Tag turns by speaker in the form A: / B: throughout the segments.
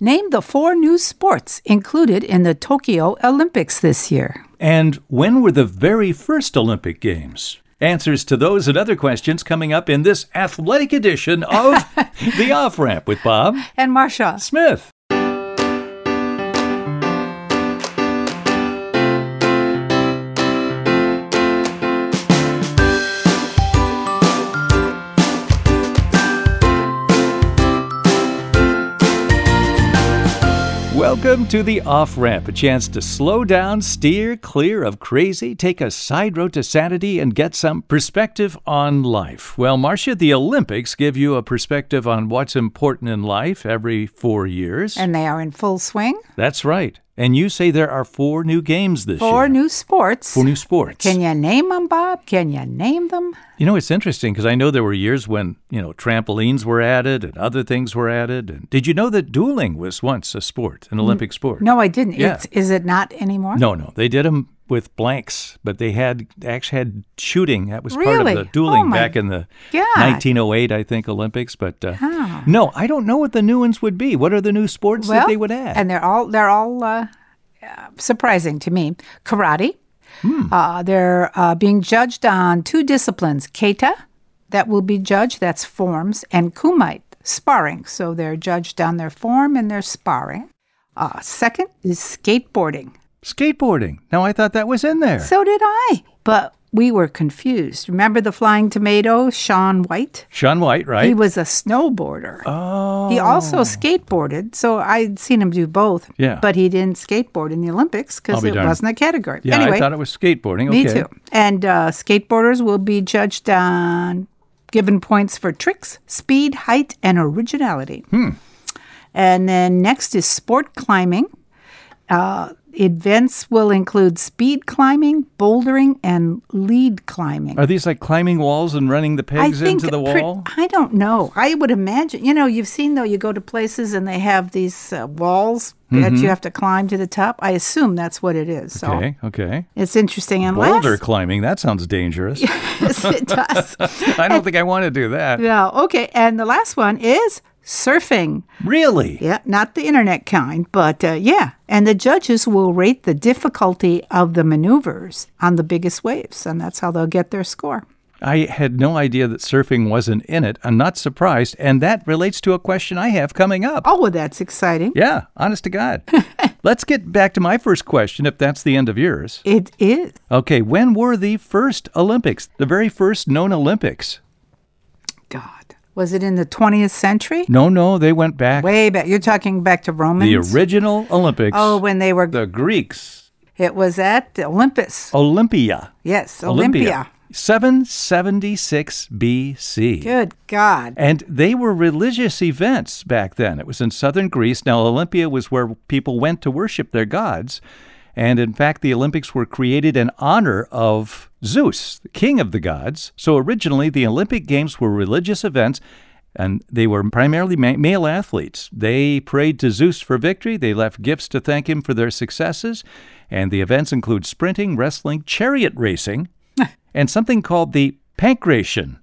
A: Name the four new sports included in the Tokyo Olympics this year.
B: And when were the very first Olympic Games? Answers to those and other questions coming up in this athletic edition of The Off Ramp with Bob
A: And Marsha,
B: Smith. Welcome to the off ramp, a chance to slow down, steer clear of crazy, take a side road to sanity, and get some perspective on life. Well, Marcia, the Olympics give you a perspective on what's important in life every four years.
A: and they are in full swing.
B: That's right. And you say there are four new games this
A: Four
B: year.
A: new sports.
B: four new sports.
A: Can you name them, Bob? Can you name them?
B: You know, it's interesting because I know there were years when, you know, trampolines were added and other things were added. And did you know that dueling was once a sport, an Olympic sport?
A: Mm, No, I didn't.
B: Yeah.
A: It's, is it not anymore?
B: No, no. They did them with blanks, but they had actually had shooting. That was part
A: Really?
B: of the dueling
A: Oh, my
B: back in the
A: God.
B: 1908, I think, Olympics. But uh, no, I don't know what the new ones would be. What are the new sports that they would add?
A: And they're all they're all uh, uh, surprising to me. Karate.
B: Hmm.
A: Uh, they're uh, being judged on two disciplines: kata, that will be judged. That's forms, and kumite, sparring. So they're judged on their form and their sparring. Uh, second is skateboarding.
B: Skateboarding. Now, I thought that was in there.
A: So did I, but we were confused. Remember the flying tomato, Sean White?
B: Sean White, right?
A: He was a snowboarder.
B: oh.
A: He also skateboarded, so I'd seen him do both.
B: Yeah.
A: But he didn't skateboard in the Olympics
B: I'll
A: because
B: be
A: it
B: darned.
A: wasn't a category.
B: yeah,
A: anyway,
B: I thought it was skateboarding.
A: me
B: okay.
A: too. And uh, skateboarders will be judged on given points for tricks, speed, height, and originality.
B: Hmm.
A: And then next is sport climbing. Uh, events will include speed climbing, bouldering, and lead climbing.
B: Are these like climbing walls and running the pegs into the
A: pre-
B: wall?
A: I don't know. I would imagine. You know, you've seen though. You go to places and they have these uh, walls that you have to climb to the top. I assume that's what it is. So
B: Mm-hmm. okay, okay.
A: it's interesting. And
B: Boulder
A: last,
B: climbing, that sounds dangerous.
A: yes, it does.
B: I don't think I want to do that.
A: yeah. Okay. And the last one is surfing.
B: Really?
A: Yeah, not the internet kind, but uh, yeah. And the judges will rate the difficulty of the maneuvers on the biggest waves, and that's how they'll get their score.
B: I had no idea that surfing wasn't in it. I'm not surprised. And that relates to a question I have coming up.
A: Oh, well, that's exciting.
B: Yeah, honest to God. Let's get back to my first question, if that's the end of yours.
A: It is.
B: Okay, when were the first Olympics, the very first known Olympics?
A: God. Was it in the 20th century?
B: No, no, they went back.
A: Way back. You're talking back to
B: the
A: Romans?
B: original Olympics.
A: Oh, when they were,
B: the Greeks.
A: it was at Olympus.
B: Olympia.
A: Yes, Olympia.
B: 776 BC.
A: Good God.
B: And they were religious events back then. It was in southern Greece. Now, Olympia was where people went to worship their gods. And in fact, the Olympics were created in honor of Zeus, the king of the gods. So originally, the Olympic Games were religious events, and they were primarily ma- male athletes. They prayed to Zeus for victory, they left gifts to thank him for their successes. And the events include sprinting, wrestling, chariot racing, and something called the pancration.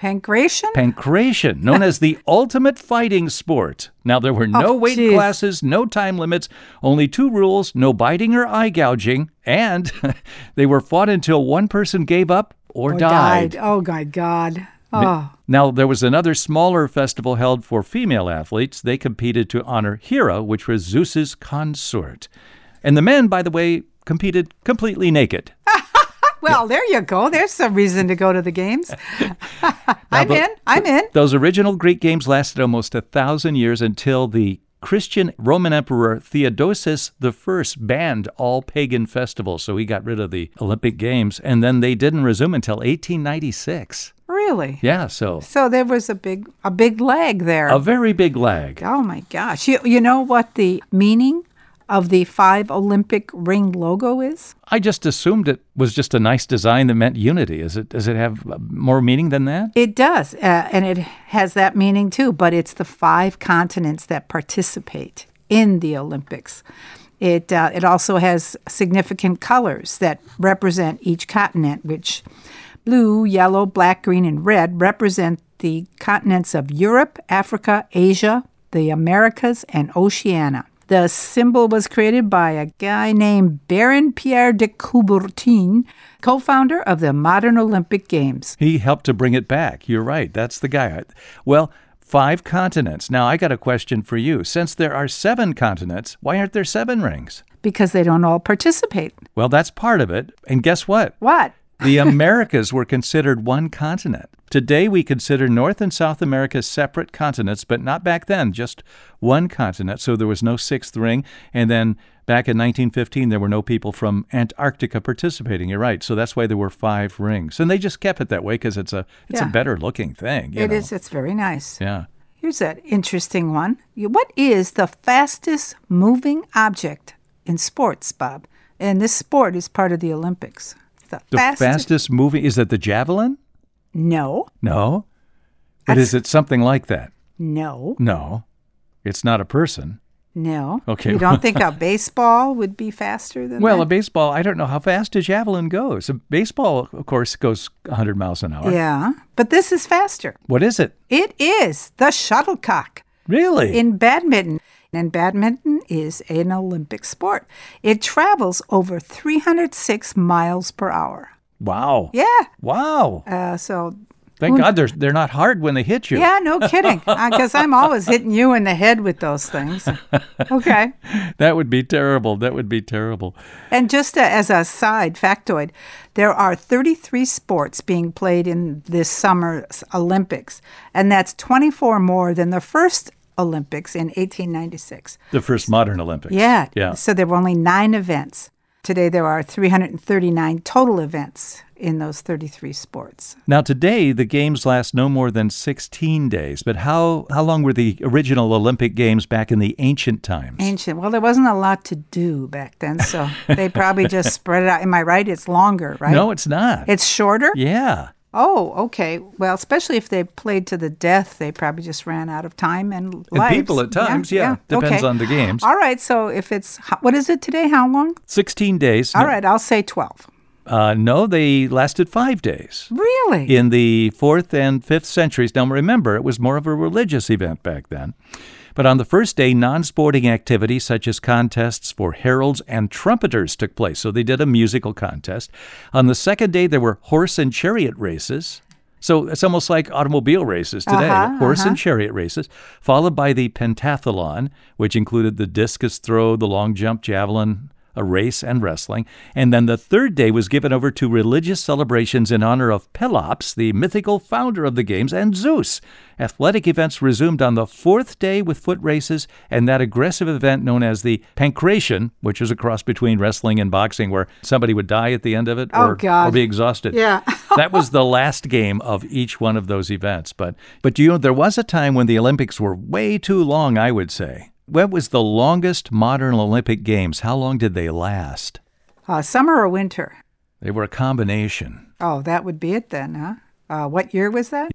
A: Pancration?
B: Pancration, known as the ultimate fighting sport. Now, there were no
A: Oh,
B: weight
A: geez.
B: classes, no time limits, only two rules no biting or eye gouging, and they were fought until one person gave up or,
A: Or
B: died.
A: Oh, my God. Oh,
B: Now, there was another smaller festival held for female athletes. They competed to honor Hera, which was Zeus's consort. And the men, by the way, competed completely naked.
A: well, there you go. There's some reason to go to the games. I'm
B: the-
A: in. I'm in.
B: Those original Greek games lasted almost a thousand years until the Christian Roman Emperor Theodosius I banned all pagan festivals, so he got rid of the Olympic Games, and then they didn't resume until 1896.
A: Really?
B: Yeah, so
A: So there was a big, a big lag there.
B: a very big lag.
A: Oh my gosh. You, you know what the meaning of the five Olympic ring logo is?
B: I just assumed it was just a nice design that meant unity. Is it? Does it have uh, more meaning than that?
A: It does, uh, and it has that meaning too. But it's the five continents that participate in the Olympics. It uh, it also has significant colors that represent each continent, which blue, yellow, black, green, and red represent the continents of Europe, Africa, Asia, the the Americas and Oceania. The symbol was created by a guy named Baron Pierre de Coubertin, co founder of the modern Olympic Games.
B: He helped to bring it back. You're right. That's the guy. Well, five continents. Now, I got a question for you. Since there are seven continents, why aren't there seven rings?
A: Because they don't all participate.
B: Well, that's part of it. And guess what?
A: What?
B: The Americas were considered one continent. Today, we consider North and South America separate continents, but not back then, just one continent. So there was no sixth ring. And then back in 1915, there were no people from Antarctica participating. You're right. So that's why there were five rings. And they just kept it that way because it's, a, it's
A: Yeah.
B: a better looking thing. you
A: It
B: know.
A: is. It's very nice.
B: Yeah.
A: Here's an interesting one. You- What is the fastest moving object in sports, Bob? And this sport is part of the Olympics. It's the,
B: The fastest moving is it the javelin?
A: No,
B: No. But
A: That's-
B: is it something like that?
A: no,
B: No. It's not a person.
A: no.
B: Okay.
A: You don't think a baseball would be faster than
B: Well, a
A: that?
B: baseball, I don't know how fast a javelin goes. A baseball, of course, goes 100 miles an hour.
A: yeah, but this is faster.
B: What is it?
A: It is the shuttlecock.
B: Really?
A: in badminton. And badminton is an Olympic sport. It travels over 306 miles per hour.
B: wow.
A: Yeah.
B: Wow.
A: Uh, so,
B: Thank God they're, they're not hard when they hit you.
A: yeah, no kidding. Because I'm always hitting you in the head with those things. Okay.
B: That would be terrible. That would be terrible.
A: And just a, as a side factoid, there are 33 sports being played in this summer's Olympics, and that's 24 more than the first Olympics in 1896.
B: The first modern Olympics.
A: Yeah.
B: Yeah.
A: So there were only nine events. Today there are 339 total events in those 33 sports.
B: Now, today, the games last no more than 16 days, but how, how long were the original Olympic Games back in the ancient times?
A: Ancient. Well, there wasn't a lot to do back then, so they probably just spread it out. Am I right? It's longer, right?
B: No, it's not.
A: It's shorter?
B: yeah.
A: Oh, okay. Well, especially if they played to the death, they probably just ran out of time and lives.
B: people at times, yeah. Depends on the games.
A: All right. So if it's, ho- what is it today? How long?
B: 16 days.
A: All right. I'll say 12.
B: Uh, no, they lasted five days.
A: Really?
B: In the fourth and fifth centuries, now remember, it was more of a religious event back then. But on the first day, non sporting activities such as contests for heralds and trumpeters took place. So they did a musical contest. On the second day, there were horse and chariot races. So it's almost like automobile races today,
A: Uh-huh,
B: horse and chariot races, followed by the pentathlon, which included the discus throw, the long jump, javelin, a race, and wrestling. And then the third day was given over to religious celebrations in honor of Pelops, the mythical founder of the games, and Zeus. Athletic events resumed on the fourth day with foot races and that aggressive event known as the pancration, which is a cross between wrestling and boxing, where somebody would die at the end of it
A: Oh,
B: or, or
A: God.
B: be exhausted
A: Yeah.
B: that was the last game of each one of those events. But but you know, there was a time when the Olympics were way too long, I would say. What was the longest modern Olympic Games? How long did they last?
A: Uh, summer or winter?
B: They were a combination.
A: Oh, that would be it then, huh? Uh, what year was that?
B: 1908.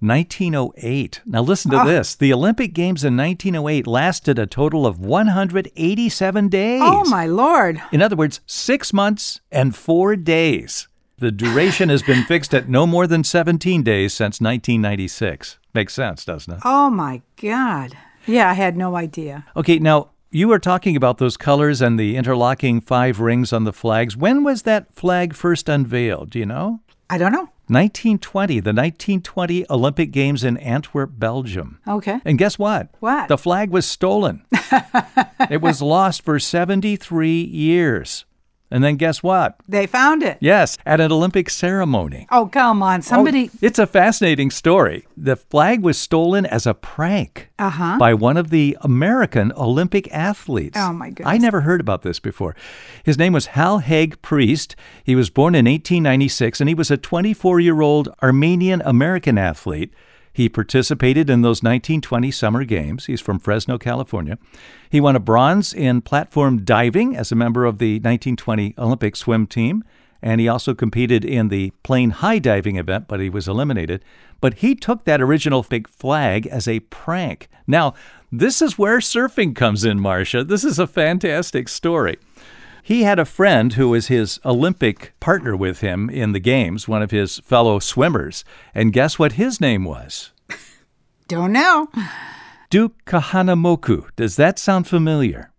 B: Now listen
A: Ah.
B: to this. The Olympic Games in 1908 lasted a total of 187 days.
A: Oh my lord!
B: In other words, 6 months and 4 days. The duration has been fixed at no more than 17 days since 1996. Makes sense, doesn't it?
A: Oh my god! Yeah, I had no idea.
B: Okay, now you were talking about those colors and the interlocking five rings on the flags. When was that flag first unveiled? Do you know?
A: I don't know.
B: 1920, the 1920 Olympic Games in Antwerp, Belgium.
A: Okay.
B: And guess what?
A: What?
B: The flag was stolen. it was lost for 73 years. And then guess what?
A: They found it.
B: Yes, at an Olympic ceremony.
A: Oh come on! Somebody.
B: Oh, it's a fascinating story. The flag was stolen as a prank
A: Uh-huh.
B: by one of the American Olympic athletes.
A: Oh, my goodness.
B: I never heard about this before. His name was Hal Haig Priest. He was born in 1896 and he was a 24 year old Armenian American athlete. He participated in those 1920 Summer Games. He's from Fresno, California. He won a bronze in platform diving as a member of the 1920 Olympic swim team. And he also competed in the plane high diving event, but he was eliminated. But he took that original big flag as a prank. Now, this is where surfing comes in, Marcia. This is a fantastic story. He had a friend who was his Olympic partner with him in the games, one of his fellow swimmers. And guess what his name was?
A: Don't know.
B: Duke Kahanamoku. Does that sound familiar?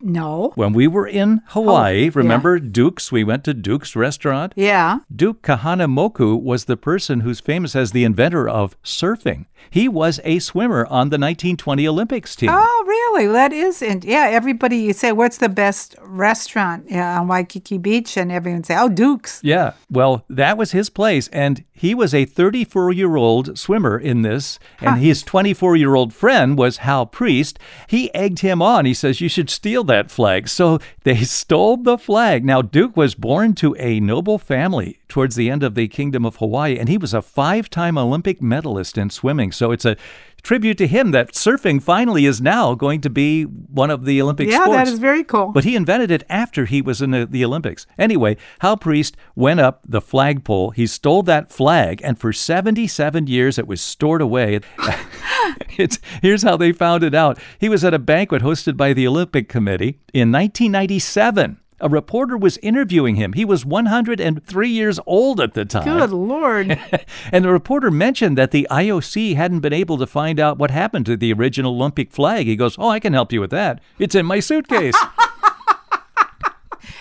A: No.
B: When we were in Hawaii,
A: yeah.
B: remember Duke's? We went to Duke's restaurant.
A: Yeah.
B: Duke Kahanamoku was the person who's famous as the inventor of surfing. He was a swimmer on the 1920 Olympics team.
A: Oh, really? Well, That is, and yeah, everybody you say, what's the best restaurant yeah, on Waikiki Beach? And everyone say, oh, Duke's.
B: Yeah. Well, that was his place. And he was a 34 year old swimmer in this. And his 24 year old friend was Hal Priest. He egged him on. He says, You should steal that flag. So they stole the flag. Now, Duke was born to a noble family towards the end of the Kingdom of Hawaii. And he was a five time Olympic medalist in swimming. So it's a tribute to him that surfing finally is now going to be one of the Olympic
A: Yeah,
B: sports.
A: that is very cool.
B: But he invented it after he was in the, the Olympics. Anyway, Hal Priest went up the flagpole. He stole that flag, and for 77 years it was stored away. it's, here's how they found it out. He was at a banquet hosted by the Olympic Committee in 1997. A reporter was interviewing him. He was 103 years old at the time.
A: Good Lord.
B: And the reporter mentioned that the IOC hadn't been able to find out what happened to the original Olympic flag. He goes, Oh, I can help you with that. It's in my suitcase.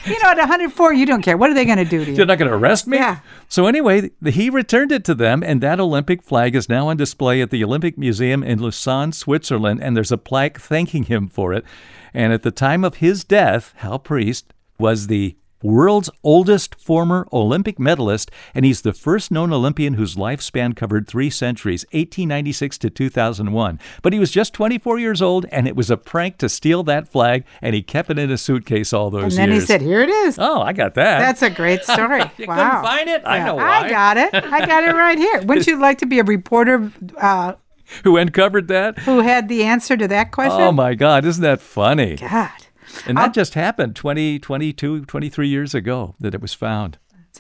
A: you know, at 104, you don't care. What are they going to do to
B: They're
A: you?
B: not going to arrest me?
A: Yeah.
B: So, anyway, th- he returned it to them, and that Olympic flag is now on display at the Olympic Museum in Lausanne, Switzerland, and there's a plaque thanking him for it. And at the time of his death, Hal Priest was the world's oldest former Olympic medalist, and he's the first known Olympian whose lifespan covered three centuries, 1896 to 2001. But he was just 24 years old, and it was a prank to steal that flag, and he kept it in a suitcase all those
A: And then
B: years.
A: he said, here it is.
B: Oh, I got that.
A: That's a great story.
B: You
A: wow.
B: couldn't find it? I know why.
A: I got it. I got it right here. Wouldn't you like to be a reporter uh,
B: who uncovered that.
A: who had the answer to that question?
B: Oh my God, isn't that funny?
A: God.
B: And that just happened 20, 22, 23 years ago that it was found.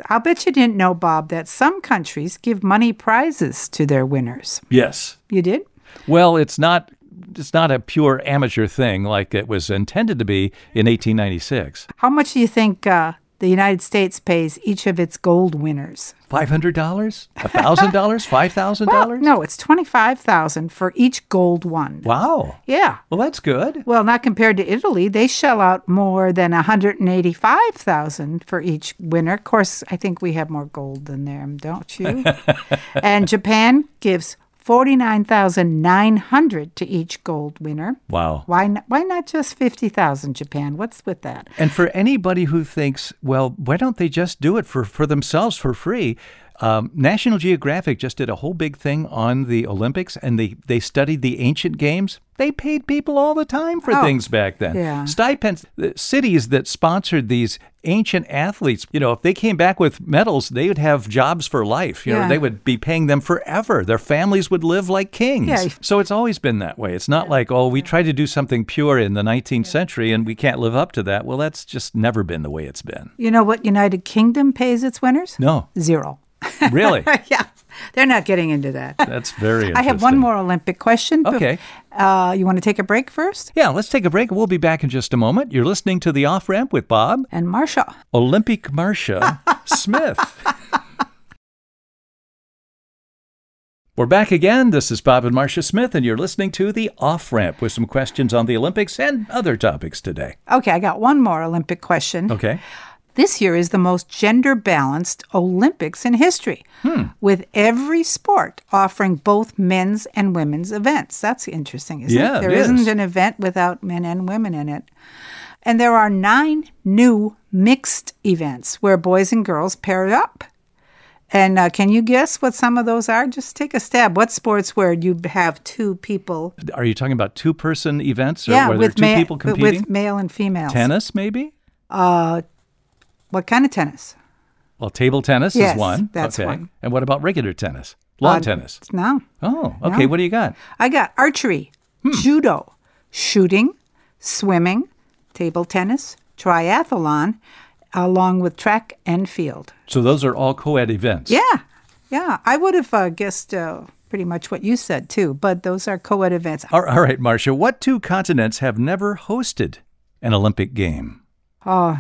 A: I'll bet you didn't know, Bob, that some countries give money prizes to their winners.
B: Yes.
A: You did?
B: Well, it's not it's not a pure amateur thing like it was intended to be in 1896.
A: How much do you think uh, the United States pays each of its gold winners?
B: $500? $1,000?
A: Well,
B: $5,000?
A: no, it's twenty-five thousand for each gold one.
B: Wow.
A: Yeah.
B: Well, that's good.
A: Well, not compared to Italy. They shell out more than one hundred and eighty-five thousand for each winner. Of course, I think we have more gold than them, don't you? and Japan gives forty-nine thousand nine hundred to each gold winner.
B: Wow.
A: Why not, why not just 50,000 Japan? What's with that?
B: And for anybody who thinks, well, why don't they just do it for, for themselves for free? Um, National Geographic just did a whole big thing on the Olympics and they, they studied the ancient games. They paid people all the time for things back then.
A: yeah.
B: Stipends, the cities that sponsored these ancient athletes, you know, if they came back with medals, they would have jobs for life. You know,
A: Yeah.
B: they would be paying them forever. Their families would live like kings.
A: Yeah.
B: So it's always been that way. It's not like, oh, we tried to do something pure in the 19th century and we can't live up to that. Well, that's just never been the way it's been.
A: You know what United Kingdom pays its winners?
B: No,
A: Zero.
B: really.
A: yeah, they're not getting into that.
B: That's very
A: I
B: interesting.
A: have one more Olympic question. but,
B: Okay.
A: Uh, you want to take a break first?
B: Yeah, let's take a break. We'll be back in just a moment. You're listening to The Off Ramp with Bob,
A: And Marsha.
B: Olympic Marcia Smith. We're back again. This is Bob and Marcia Smith, and you're listening to The Off Ramp with some questions on the Olympics and other topics today.
A: Okay, I got one more Olympic question.
B: Okay.
A: This year is the most gender balanced Olympics in history,
B: Hmm.
A: with every sport offering both men's and women's events. That's interesting, isn't
B: Yeah,
A: it?
B: it
A: There isn't
B: is.
A: an event without men and women in it. And there are nine new mixed events where boys and girls pair up. And uh, can you guess what some of those are? Just take a stab. What sports where you have two people?
B: Are you talking about two person events or where there are two
A: ma-
B: people
A: with-
B: competing?
A: with male and females.
B: tennis, maybe?
A: Uh, What kind of tennis?
B: Well, table tennis
A: Yes,
B: is one.
A: that's
B: okay.
A: one.
B: And what about regular tennis? Lawn
A: Uh,
B: tennis.
A: No.
B: Oh, okay. What do you got?
A: I got archery,
B: Hmm.
A: judo, shooting, swimming, table tennis, triathlon, along with track and field.
B: So those are all co-ed events.
A: Yeah, yeah. I would have uh, guessed uh, pretty much what you said too, but those are co ed events.
B: All- all right, Marcia. What two continents have never hosted an Olympic game?
A: Oh,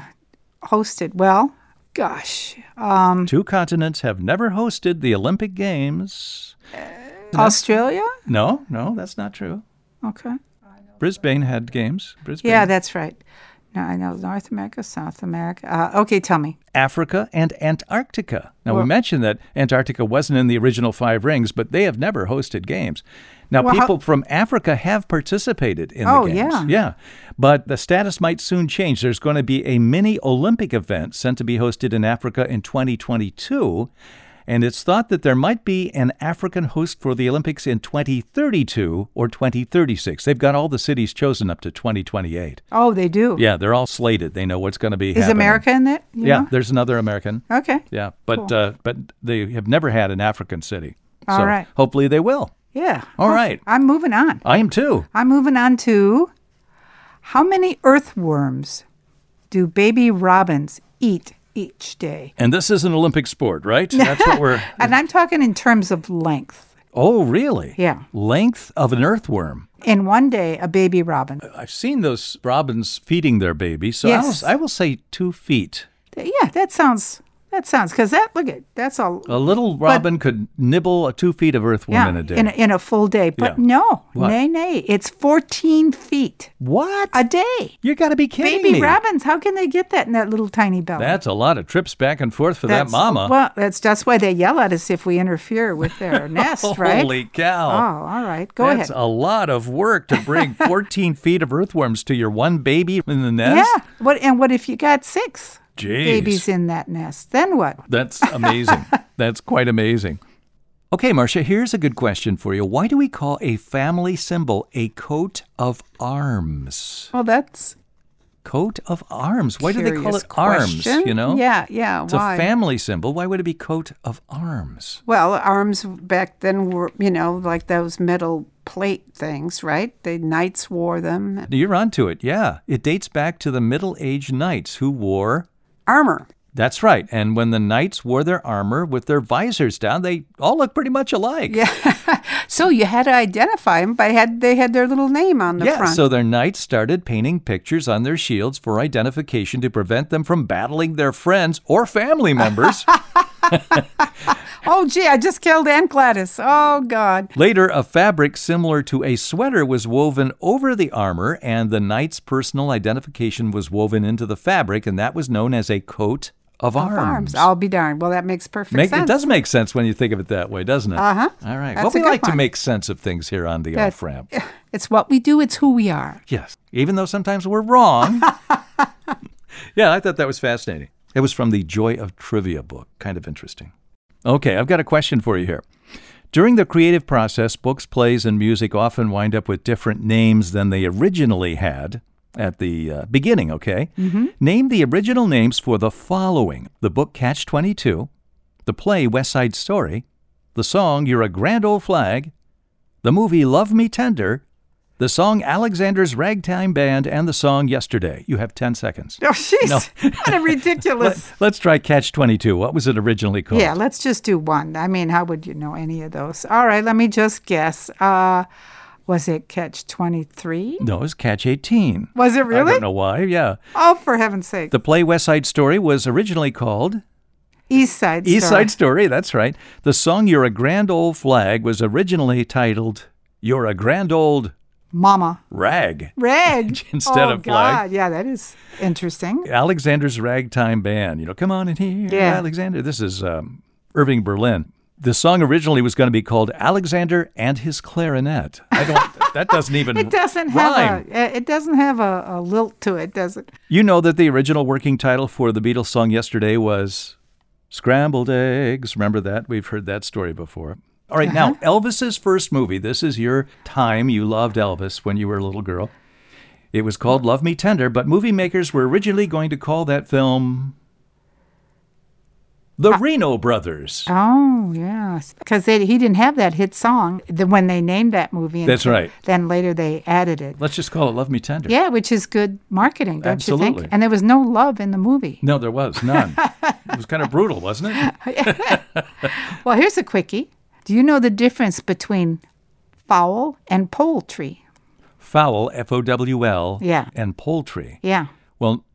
A: Hosted, well, gosh, um,
B: Two continents have never hosted the Olympic Games.
A: Australia?
B: No, no, that's not true.
A: Okay.
B: Brisbane had games. Brisbane,
A: Yeah, that's right. Now I know North America, South America. Uh, okay, tell me.
B: Africa, and Antarctica. Now, we mentioned that Antarctica wasn't in the original five rings, but they have never hosted games. Now,
A: Well, how-
B: people from Africa have participated in
A: Oh,
B: the games.
A: yeah.
B: Yeah. But the status might soon change. There's going to be a mini Olympic event sent to be hosted in Africa in 2022. And it's thought that there might be an African host for the Olympics in 2032 or 2036. They've got all the cities chosen up to 2028.
A: Oh, they do.
B: Yeah, they're all slated. They know what's going to be
A: Is
B: happening.
A: America in that? you
B: Yeah,
A: know?
B: there's another American.
A: Okay.
B: Yeah, but uh, but they have never had an African city. So
A: All right.
B: Hopefully they will.
A: Yeah.
B: All right. Uh,
A: I'm moving on.
B: I am too.
A: I'm moving on to how many earthworms do baby robins eat each day?
B: And this is an Olympic sport, right? That's what we're.
A: And I'm talking in terms of length.
B: Oh, really?
A: Yeah.
B: Length of an earthworm.
A: In one day, a baby robin.
B: I've seen those robins feeding their baby, so
A: Yes.
B: I, will, I will say two feet.
A: Yeah, that sounds that sounds because that look at that's all.
B: A little robin could nibble a two feet of earthworm
A: yeah,
B: Uh, in a day.
A: in a, in a full day. But
B: Yeah.
A: no,
B: What?
A: nay, nay, it's 14 feet
B: what?
A: a day.
B: you got to be kidding
A: Baby
B: me.
A: robins, how can they get that in that little tiny belly?
B: That's a lot of trips back and forth for that
A: That's-
B: mama.
A: Well, that's that's why they yell at us if we interfere with their nest, right?
B: Holy cow.
A: Oh, all right. Go
B: That's
A: ahead.
B: a lot of work to bring 14 feet of earthworms to your one baby in the nest.
A: yeah. What and what if you got six
B: Jeez.
A: babies in that nest? Then what?
B: That's amazing. That's quite amazing. Okay, Marcia, here's a good question for you. Why do we call a family symbol a coat of arms?
A: Well, that's
B: Coat of arms. Why do they call
A: curious
B: it
A: question.
B: arms? You know?
A: Yeah, yeah.
B: It's
A: why?
B: a family symbol. Why would it be coat of arms?
A: well, arms back then were you know like those metal plate things, right? The knights wore them.
B: You're onto it. Yeah. It dates back to the Middle Age knights who wore
A: Armor.
B: That's right. And when the knights wore their armor with their visors down, they all looked pretty much alike. Yeah,
A: So you had to identify them by had they had their little name on the front.
B: so their knights started painting pictures on their shields for identification to prevent them from battling their friends or family members.
A: oh gee, I just killed Aunt Gladys. Oh God.
B: Later, a fabric similar to a sweater was woven over the armor, and the knight's personal identification was woven into the fabric, and that was known as a coat of, arms.
A: Arms. I'll be darned. Well, that makes perfect
B: Make,
A: sense. Uh-huh.
B: it does make sense when you think of it that way, doesn't it? Uh huh. All right.
A: That's a
B: well, we
A: good
B: like to
A: one.
B: make sense of things here on the
A: That-
B: off ramp.
A: It's what we do, it's who we are.
B: Yes. Even though sometimes we're wrong. yeah, I thought that was fascinating. It was from the Joy of Trivia book. Kind of interesting. Okay, I've got a question for you here. During the creative process, books, plays, and music often wind up with different names than they originally had at the uh, beginning, okay? Name the original names for the following the book Catch 22, the play West Side Story, the song You're a Grand Old Flag, the movie Love Me Tender, the song Alexander's Ragtime Band, and the song Yesterday. You have 10 seconds.
A: Oh, jeez. what a ridiculous.
B: Let, us try Catch 22. What was it originally called?
A: yeah, let's just do one. I mean, how would you know any of those? All right, let me just guess. Uh, was it catch 23?
B: No, it was Catch 18.
A: Was it
B: I
A: really?
B: don't know why. Yeah.
A: Oh, for heaven's sake.
B: The play West Side Story was originally called
A: East Side Story.
B: East Side Story. That's right. The song You're a Grand Old Flag was originally titled You're a Grand Old
A: Mama.
B: Rag.
A: Reg.
B: Instead
A: oh,
B: of flag.
A: God. Yeah, that is interesting.
B: Alexander's Ragtime Band. You know, come on in here,
A: Yeah.
B: Alexander. This is um, Irving Berlin. The song originally was going to be called Alexander and His Clarinet. I don't. that doesn't even.
A: It doesn't
B: rhyme.
A: have a, it doesn't have a, a lilt to it, does it?
B: You know that the original working title for the Beatles song yesterday was Scrambled Eggs. Remember that? We've heard that story before. All right, now
A: Uh-huh.
B: Elvis's first movie. This is your time. You loved Elvis when you were a little girl. It was called Love Me Tender, but movie makers were originally going to call that film The
A: Uh,
B: Reno Brothers.
A: Oh, yeah. Because he didn't have that hit song the, when they named that movie. and
B: That's right.
A: Then later they added it.
B: Let's just call it Love Me Tender.
A: Yeah, which is good marketing, don't you
B: Absolutely.
A: think? And there was no love in the movie.
B: No, there was none. it was kind of brutal, wasn't it?
A: Well, here's a quickie. Do you know the difference between fowl and poultry?
B: Fowl, F O W L,
A: Yeah.
B: and poultry.
A: Yeah.
B: Well,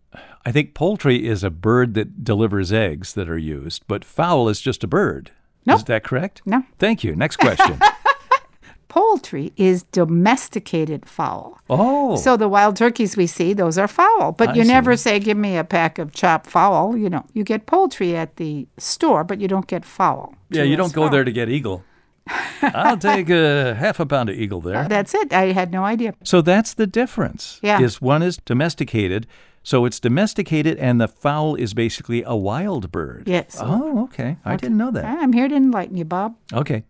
B: I think poultry is a bird that delivers eggs that are used, but fowl is just a bird.
A: No.
B: Is that correct?
A: No.
B: Thank you. Next question.
A: poultry is domesticated fowl.
B: Oh.
A: So the wild turkeys we see, those are fowl. But
B: I
A: you
B: see.
A: never say, give me a pack of chopped fowl. You know, you get poultry at the store, but you don't get fowl.
B: yeah, you don't go there to get eagle. I'll take a half a pound of eagle there.
A: That's it. I had no idea.
B: So that's the difference.
A: Yeah.
B: Is one is domesticated, so it's domesticated, and the fowl is basically a wild bird.
A: Yes.
B: Oh, okay. I didn't know that.
A: I'm here to enlighten you, Bob.
B: Okay.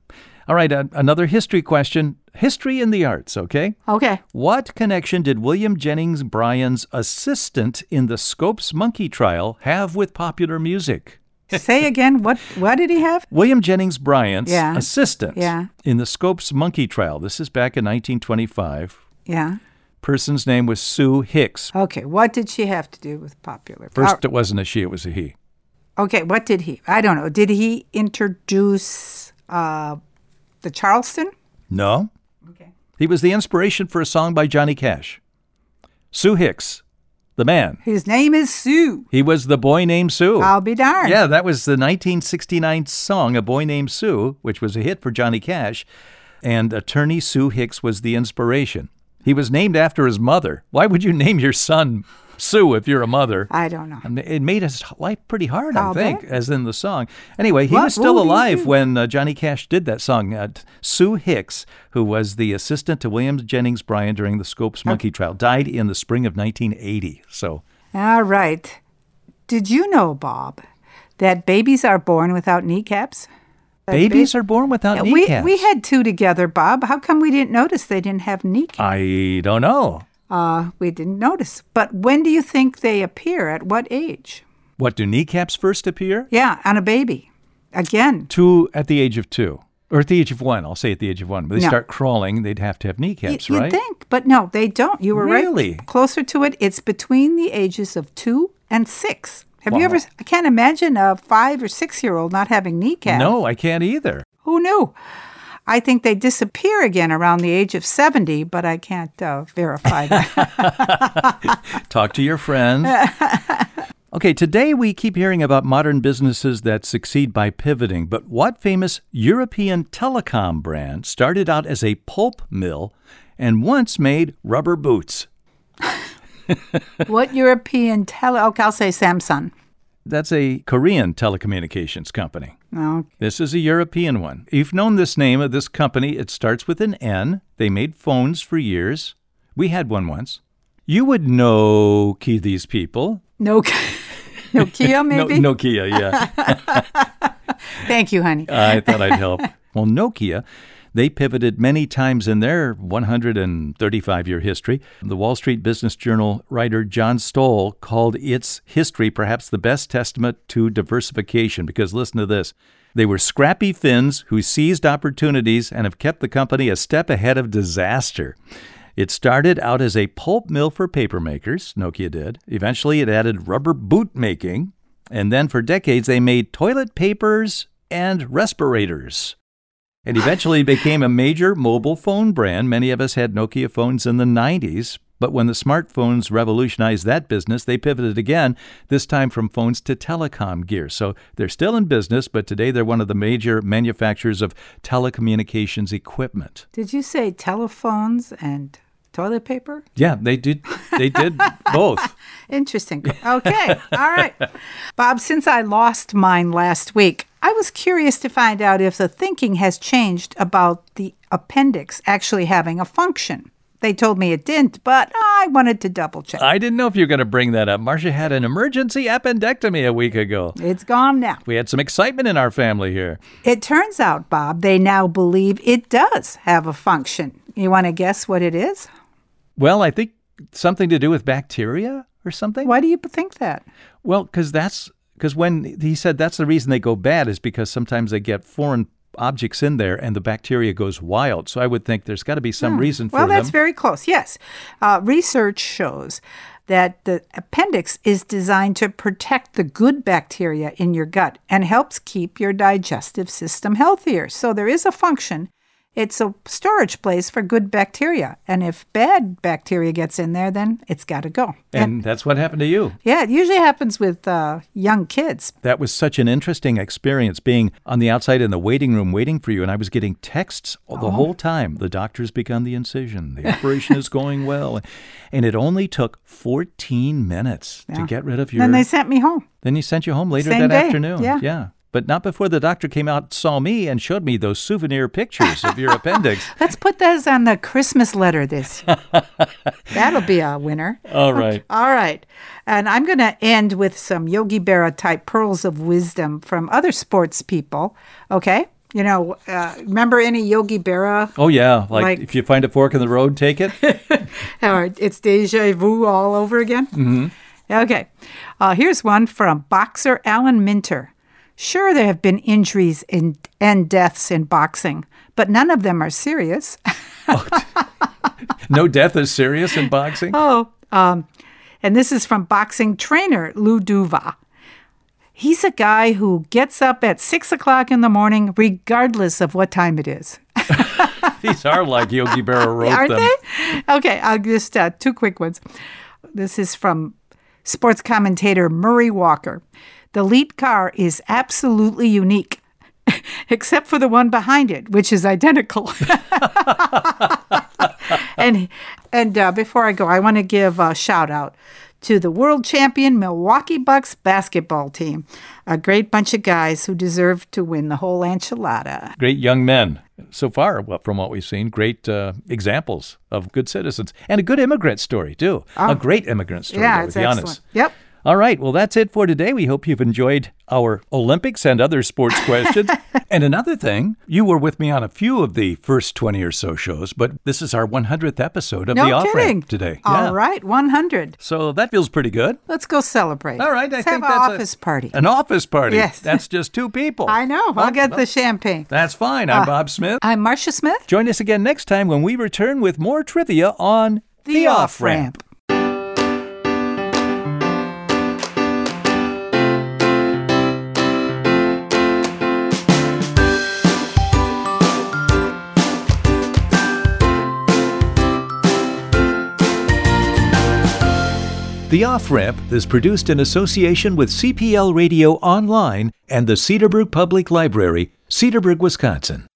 B: All right. Uh, another history question. History in the arts. Okay.
A: Okay.
B: What connection did William Jennings Bryan's assistant in the Scopes Monkey Trial have with popular music?
A: Say again, what what did he have?
B: William Jennings Bryan's
A: Yeah.
B: assistant
A: Yeah.
B: in the Scopes Monkey Trial. This is back in 1925.
A: Yeah.
B: Person's name was Sue Hicks.
A: Okay. What did she have to do with popular?
B: First, uh, it wasn't a she, it was a he.
A: Oh, okay. What did he? I don't know. Did he introduce uh, the Charleston?
B: No.
A: Okay.
B: He was the inspiration for a song by Johnny Cash. Sue Hicks, the man.
A: His name is Sue.
B: He was the boy named Sue.
A: I'll be darned.
B: Yeah, that was the 1969 song, A Boy Named Sue, which was a hit for Johnny Cash. And attorney Sue Hicks was the inspiration. He was named after his mother. Why would you name your son Sue if you're a mother?
A: I don't know.
B: I mean, It made his life pretty hard, I
A: I'll
B: think,
A: bet.
B: as in the song. Anyway, he
A: What
B: was still
A: will he
B: alive
A: do?
B: when uh, Johnny Cash did that song. Uh, t- Sue Hicks, who was the assistant to William Jennings Bryan during the Scopes Monkey Trial, died in the spring of 1980. So
A: All right. Did you know, Bob, that babies are born without kneecaps? That ba-
B: babies are born without
A: we,
B: kneecaps.
A: we had two together, Bob. How come we didn't notice they didn't have kneecaps?
B: I don't know.
A: Uh, we didn't notice. But when do you think they appear? At what age?
B: What do kneecaps first appear?
A: Yeah, on a baby. Again.
B: Two at the age of two, or at the age of one. I'll say at the age of one. But they
A: No.
B: start crawling, they'd have to have
A: Y-
B: kneecaps,
A: you'd
B: right?
A: think, but no, they don't. You were
B: Really?
A: right. Closer to it, it's between the ages of two and six. Have you ever?
B: Wow.
A: I can't imagine a five or six year old not having kneecaps.
B: No, I can't either.
A: Who knew? I think they disappear again around the age of 70, but I can't uh, verify that.
B: Talk to your friends. okay, today we keep hearing about modern businesses that succeed by pivoting, but what famous European telecom brand started out as a pulp mill and once made rubber boots?
A: what European tele? Okay, I'll say Samsung.
B: That's a Korean telecommunications company.
A: No.
B: This is a European one. You've known this name of this company. It starts with an N. They made phones for years. We had one once. You would know key these people.
A: No, Nokia,
B: No-
A: maybe?
B: Nokia, yeah.
A: Thank you, honey.
B: I thought I'd help. Well, Nokia, they pivoted many times in their 135 year history. The Wall Street Business Journal writer John Stoll called its history perhaps the best testament to diversification because listen to this. They were scrappy Finns who seized opportunities and have kept the company a step ahead of disaster. It started out as a pulp mill for paper makers, Nokia did. Eventually, it added rubber boot making. And then for decades, they made toilet papers and respirators. And eventually became a major mobile phone brand. Many of us had Nokia phones in the 90s. But when the smartphones revolutionized that business, they pivoted again, this time from phones to telecom gear. So they're still in business, but today they're one of the major manufacturers of telecommunications equipment.
A: Did you say telephones and toilet paper?
B: Yeah, they did. They did both.
A: Interesting. Okay. All right. Bob, since I lost mine last week, I was curious to find out if the thinking has changed about the appendix actually having a function. They told me it didn't, but I wanted to double check.
B: I didn't know if you were going to bring that up. Marcia had an emergency appendectomy a week ago.
A: It's gone now.
B: We had some excitement in our family here.
A: It turns out, Bob, they now believe it does have a function. You want to guess what it is?
B: Well, I think something to do with bacteria or something.
A: Why do you think that?
B: Well, because that's because when he said that's the reason they go bad is because sometimes they get foreign objects in there and the bacteria goes wild. So I would think there's got to be some reason for
A: Hmm. Well, that's
B: them.
A: very close. Yes. Uh, research shows that the appendix is designed to protect the good bacteria in your gut and helps keep your digestive system healthier. So there is a function It's a storage place for good bacteria. And if bad bacteria gets in there, then it's got to go.
B: And that's what happened to you.
A: Yeah, it usually happens with uh, young kids.
B: That was such an interesting experience being on the outside in the waiting room waiting for you. And I was getting texts all-
A: Oh.
B: the whole time. The doctor's begun the incision. The operation is going well. And it only took 14 minutes to
A: Yeah.
B: get rid of your.
A: Then they sent me home.
B: Then he sent you home later
A: Same
B: that
A: day,
B: afternoon.
A: yeah.
B: But not before the doctor came out, saw me, and showed me those souvenir pictures of your appendix.
A: Let's put those on the Christmas letter this year. That'll be a winner.
B: All right.
A: All right. And I'm going to end with some Yogi Berra type pearls of wisdom from other sports people. Okay. You know, uh, remember any Yogi Berra?
B: Oh, yeah. Like,
A: Like-
B: if you find a fork in the road, take it.
A: Or it's deja vu all over again? Mm-hmm. Okay. Uh, here's one from boxer Alan Minter. Sure, there have been injuries in, and deaths in boxing, but none of them are serious.
B: No death is serious in boxing.
A: Oh, um, and this is from boxing trainer Lou Duva. He's a guy who gets up at six o'clock in the morning, regardless of what time it is.
B: These are like Yogi Berra wrote
A: Aren't
B: them.
A: they? Okay, I'll just uh, two quick ones. This is from sports commentator Murray Walker. The lead car is absolutely unique, except for the one behind it, which is identical. and and uh, before I go, I want to give a shout out to the world champion Milwaukee Bucks basketball team, a great bunch of guys who deserve to win the whole enchilada.
B: Great young men. So far, well, from what we've seen, great uh, examples of good citizens and a good immigrant story, too. A great immigrant story,
A: Ah. yeah,
B: though,
A: it's
B: to be
A: excellent.
B: honest.
A: Yep.
B: All right. Well, that's it for today. We hope you've enjoyed our Olympics and other sports questions. and another thing, you were with me on a few of the first 20 or so shows, but this is our 100th episode of
A: No
B: The Off
A: kidding.
B: Ramp today.
A: All right, 100.
B: So that feels pretty good.
A: Let's go celebrate.
B: All right. I
A: Let's
B: think
A: have an
B: that's a-
A: office party.
B: An office party.
A: Yes.
B: That's just two people.
A: I know. I'll get the Ah. champagne.
B: That's fine. I'm Bob Smith.
A: I'm Marcia Smith.
B: Join us again next time when we return with more trivia on
A: Off-Ramp.
B: The Off Ramp is produced in association with CPL Radio Online and the Cedarbrook Public Library, Cedarburg, Wisconsin.